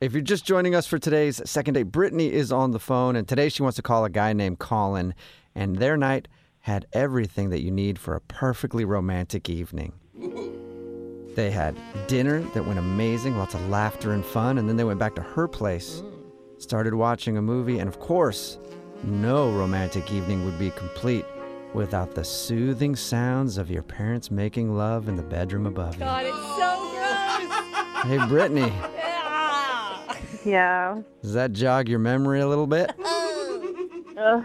If you're just joining us for today's second date, Brittany is on the phone, and today she wants to call a guy named Colin, and their night had everything that you need for a perfectly romantic evening. They had dinner that went amazing, lots of laughter and fun, and then they went back to her place, started watching a movie, and of course, no romantic evening would be complete without the soothing sounds of your parents making love in the bedroom above you. God, it's so gross. Hey, Brittany, Ah. Yeah. does that jog your memory a little bit? Uh,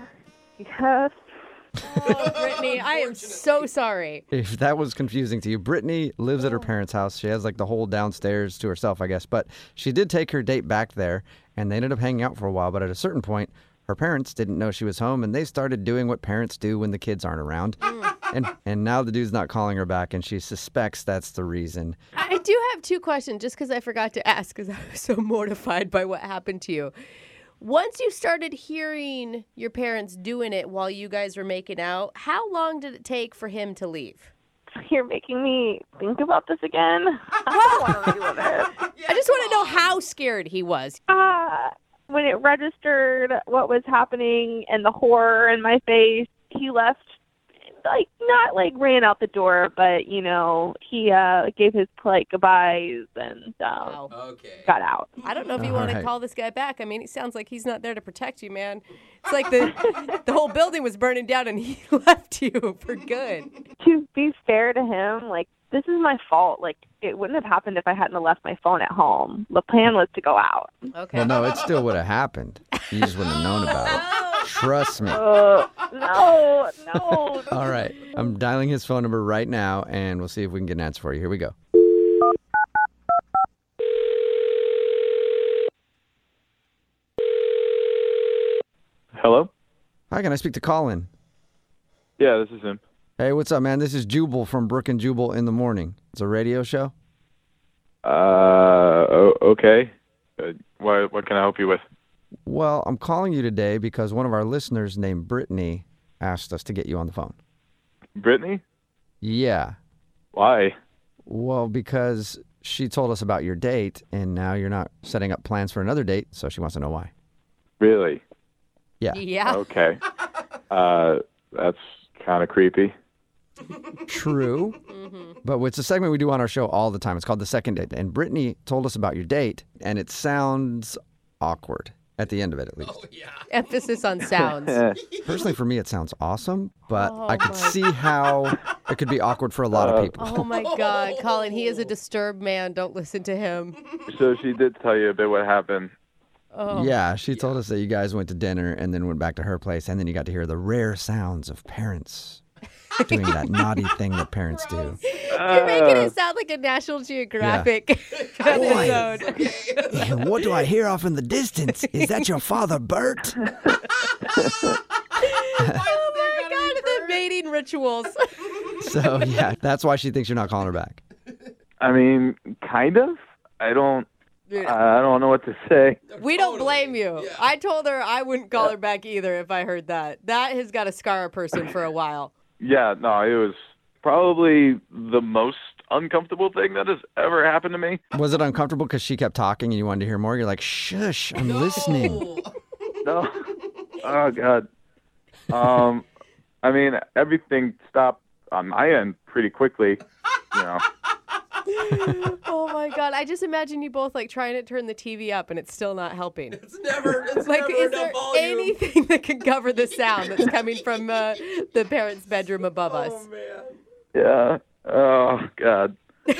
yes. oh, Brittany, I am so sorry. If that was confusing to you, Brittany lives at her parents' house. She has like the whole downstairs to herself, I guess. But she did take her date back there and they ended up hanging out for a while. But at a certain point, her parents didn't know she was home and they started doing what parents do when the kids aren't around. and and now the dude's not calling her back and she suspects that's the reason. I I do have two questions just because I forgot to ask because I was so mortified by what happened to you. Once you started hearing your parents doing it while you guys were making out, how long did it take for him to leave? You're making me think about this again. I don't want to relive it. I just want to know how scared he was. Uh, when it registered what was happening and the horror in my face, he left. Like not like ran out the door, but you know he uh gave his polite goodbyes and um, Wow. Okay. got out. I don't know if you All want right. to call this guy back. I mean, it sounds like he's not there to protect you, man. It's like the the whole building was burning down and he left you for good. To be fair to him, like this is my fault. Like it wouldn't have happened if I hadn't have left my phone at home. The plan was to go out. Okay. Well, no, it still would have happened. You just wouldn't have known about it. Trust me. Uh, no, no. All right. I'm dialing his phone number right now and we'll see if we can get an answer for you. Here we go. Hello? Hi, can I speak to Colin? Yeah, this is him. Hey, what's up, man? This is Jubal from Brook and Jubal in the Morning. It's a radio show. Uh, o- okay. Uh, why, what can I help you with? Well, I'm calling you today because one of our listeners named Brittany asked us to get you on the phone. Brittany? Yeah. Why? Well, because she told us about your date and now you're not setting up plans for another date, so she wants to know why. Really? Yeah. Okay. uh, that's kind of creepy. True. Mm-hmm. But it's a segment we do on our show all the time. It's called The Second Date. And Brittany told us about your date, and it sounds awkward at the end of it, at least. Emphasis on sounds. Eh, Personally, for me, it sounds awesome, but Oh, I could my- see how it could be awkward for a lot of Uh, people. Oh my God, Colin, he is a disturbed man. Don't listen to him. so she did tell you a bit what happened. Oh. Yeah, she told us that you guys went to dinner and then went back to her place, and then you got to hear the rare sounds of parents doing that naughty thing that parents do. You're making it sound like a National Geographic episode. And what do I hear off in the distance? Is that your father, Bert? Oh my God, the mating rituals. So, yeah, that's why she thinks you're not calling her back. I mean, kind of. I don't. Dude, I don't know what to say. we don't blame you. I told her I wouldn't call her back either if I heard that. That has got to scar a person for a while. Yeah, no, it was probably the most uncomfortable thing that has ever happened to me. Was it uncomfortable because she kept talking and you wanted to hear more? You're like, shush, I'm listening. No. Oh God. Um, I mean, everything stopped on my end pretty quickly. You know. Oh my God, I just imagine you both like trying to turn the TV up and it's still not helping. It's never, it's Like, never is enough there volume. anything that can cover the sound that's coming from uh, the parents' bedroom above us? Oh, man. Yeah. Oh God. So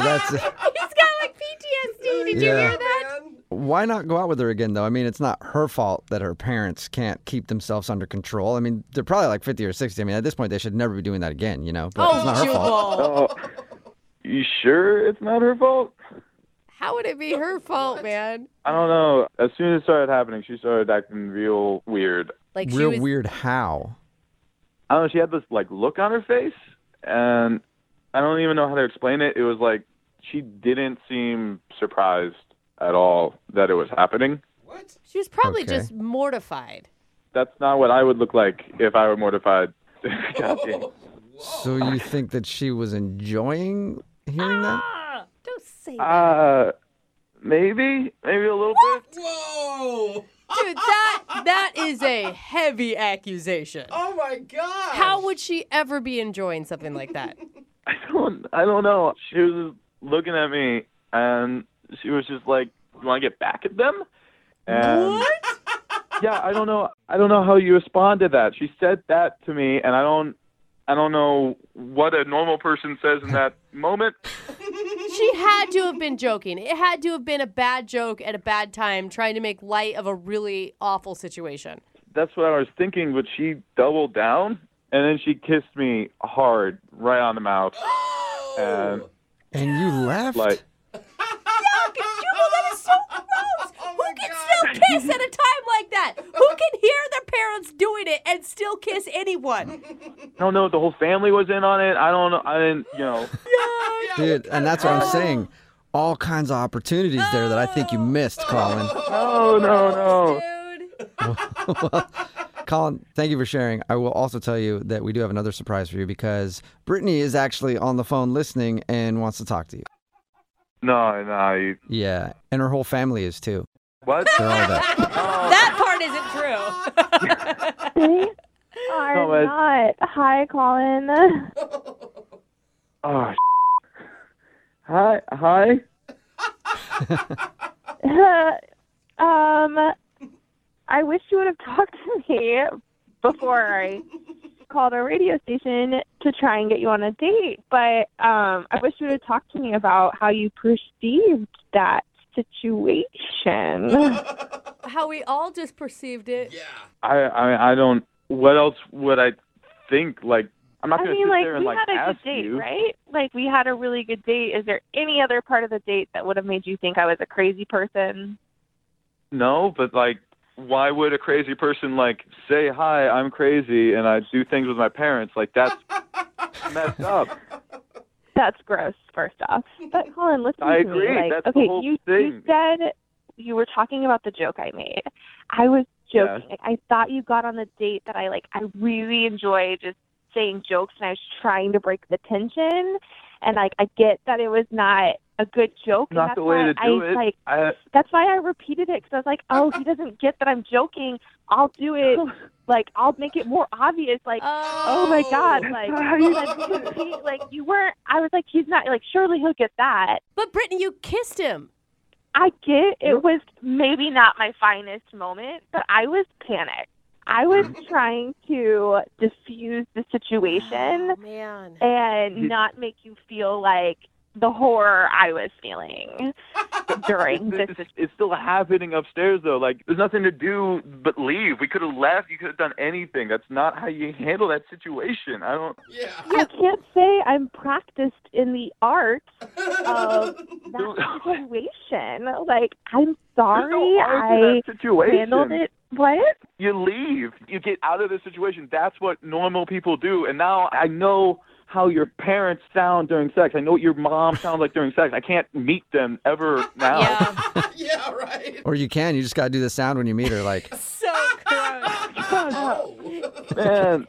that's He's got like Oh, PTSD. Did you Yeah. hear that? Man, why not go out with her again though? I mean, it's not her fault that her parents can't keep themselves under control. I mean, they're probably like 50 or 60. I mean, at this point they should never be doing that again, you know. But Oh, it's not her fault. Jubal. Oh. You sure it's not her fault? How would it be her fault, man? I don't know. As soon as it started happening, she started acting real weird. Like she Real was weird how. I don't know. She had this like look on her face, and I don't even know how to explain it. It was like she didn't seem surprised at all that it was happening. What? she was probably Okay. just mortified. That's not what I would look like if I were mortified. God damn. So you think Ah! that she was enjoying hearing that? Don't say that. Uh, Maybe, maybe a little bit. Whoa! Dude, that that is a heavy accusation. Oh my god! How would she ever be enjoying something like that? I don't I don't know. She was just looking at me and she was just like, You wanna get back at them? And Yeah, I don't know I don't know how you respond to that. She said that to me and I don't I don't know what a normal person says in that moment. She had to have been joking. It had to have been a bad joke at a bad time, trying to make light of a really awful situation. That's what I was thinking, but she doubled down and then she kissed me hard right on the mouth. Oh. And And you left? like Oh Who my can god! still kiss at a time like that? Who can hear their parents doing it and still kiss anyone? I don't know if the whole family was in on it. I don't know I didn't you know Dude, and that's Oh. what I'm saying. All kinds of opportunities there that I think you missed, Oh. Colin. No, no, no. Dude. Colin, thank you for sharing. I will also tell you that we do have another surprise for you because Brittany is actually on the phone listening and wants to talk to you. No, no. You, Yeah, and her whole family is too. what? They're all there. That part isn't true. They are No, it's- not. Hi, Colin. Oh, hi, hi. um, I wish you would have talked to me before I called a radio station to try and get you on a date. But um, I wish you would have talked to me about how you perceived that situation. How we all just perceived it. Yeah. I, I, mean, I don't. What else would I think? Like, I'm not I gonna mean, sit like there and we like had a ask good date, you. right? Like we had a really good date. Is there any other part of the date that would have made you think I was a crazy person? No, but like, why would a crazy person like say hi? I'm crazy and I do things with my parents. Like that's messed up. That's gross, first off. But Colin, listen I to agree. me. Like, That's the okay, whole you you thing. said you were talking about the joke I made. I was joking. Like, I thought you got on the date that I like. I really enjoy just saying jokes, and I was trying to break the tension. And like, I get that it was not a good joke. and Not that's the way why to do I, it. Like, I, that's why I repeated it because I was like, oh, he doesn't get that I'm joking. I'll do it. Like, I'll make it more obvious. Like, Uh, oh my god, like, like, he- like you weren't. I was like, he's not. Like, surely he'll get that. But Brittany, you kissed him. I get it was maybe not my finest moment, but I was panicked. I was trying to diffuse the situation Oh, man. and not make you feel like the horror I was feeling during this. it's, it's still happening upstairs though. Like, there's nothing to do but leave. We could have left. You could have done anything. That's not how you handle that situation. I don't. Yeah. I can't say I'm practiced in the art of Um, that situation. Like, I'm There's no sorry art to I that situation. handled it. What? You leave. You get out of the situation. That's what normal people do. And now I know how your parents sound during sex. I know what your mom sounds like during sex. I can't meet them ever now. Yeah. yeah. Right. Or you can, you just got to do the sound when you meet her. Like, so gross. Oh. Man,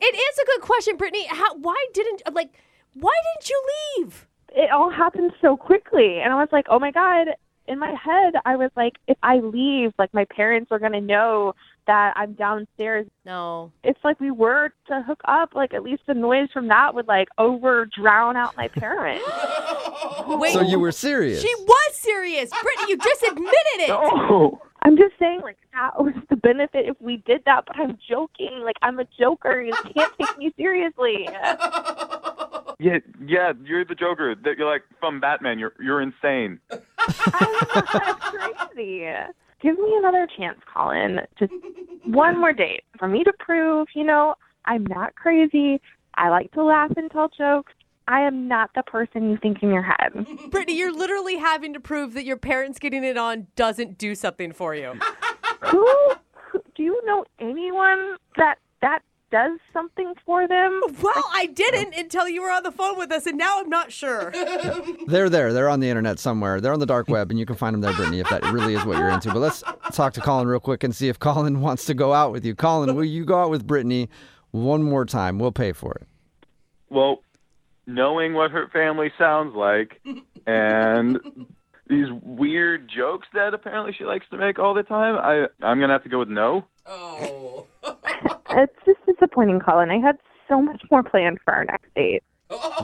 It is a good question, Brittany. How, why didn't like why didn't you leave? it all happened so quickly and i was like oh my god in my head i was like if i leave like my parents are going to know that i'm downstairs No. it's like we were to hook up like at least the noise from that would like over drown out my parents Wait. Oh. so you were serious. she was serious. Brittany, you just admitted it. no. i'm just saying like that was the benefit if we did that but i'm joking like i'm a joker you can't take me seriously Yeah, yeah, you're the Joker. That You're like from Batman. You're you're insane. i'm not crazy give me another chance colin just one more date for me to prove, you know, I'm not crazy. I like to laugh and tell jokes. I am not the person you think in your head. Brittany, you're literally having to prove that your parents getting it on doesn't do something for you. who, who do you know anyone that that does something for them? Well, I didn't until you were on the phone with us, and now I'm not sure. They're there. They're on the internet somewhere. They're on the dark web, and you can find them there, Brittany, if that really is what you're into. But let's talk to Colin real quick and see if Colin wants to go out with you. Colin, will you go out with Brittany one more time? We'll pay for it. Well, knowing what her family sounds like and these weird jokes that apparently she likes to make all the time, I I'm gonna have to go with no. Oh. It's just disappointing, Colin. I had so much more planned for our next date.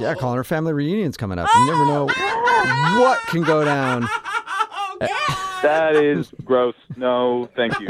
Yeah, calling her family reunion's coming up. You never know what can go down. Oh, That is gross. No, thank you.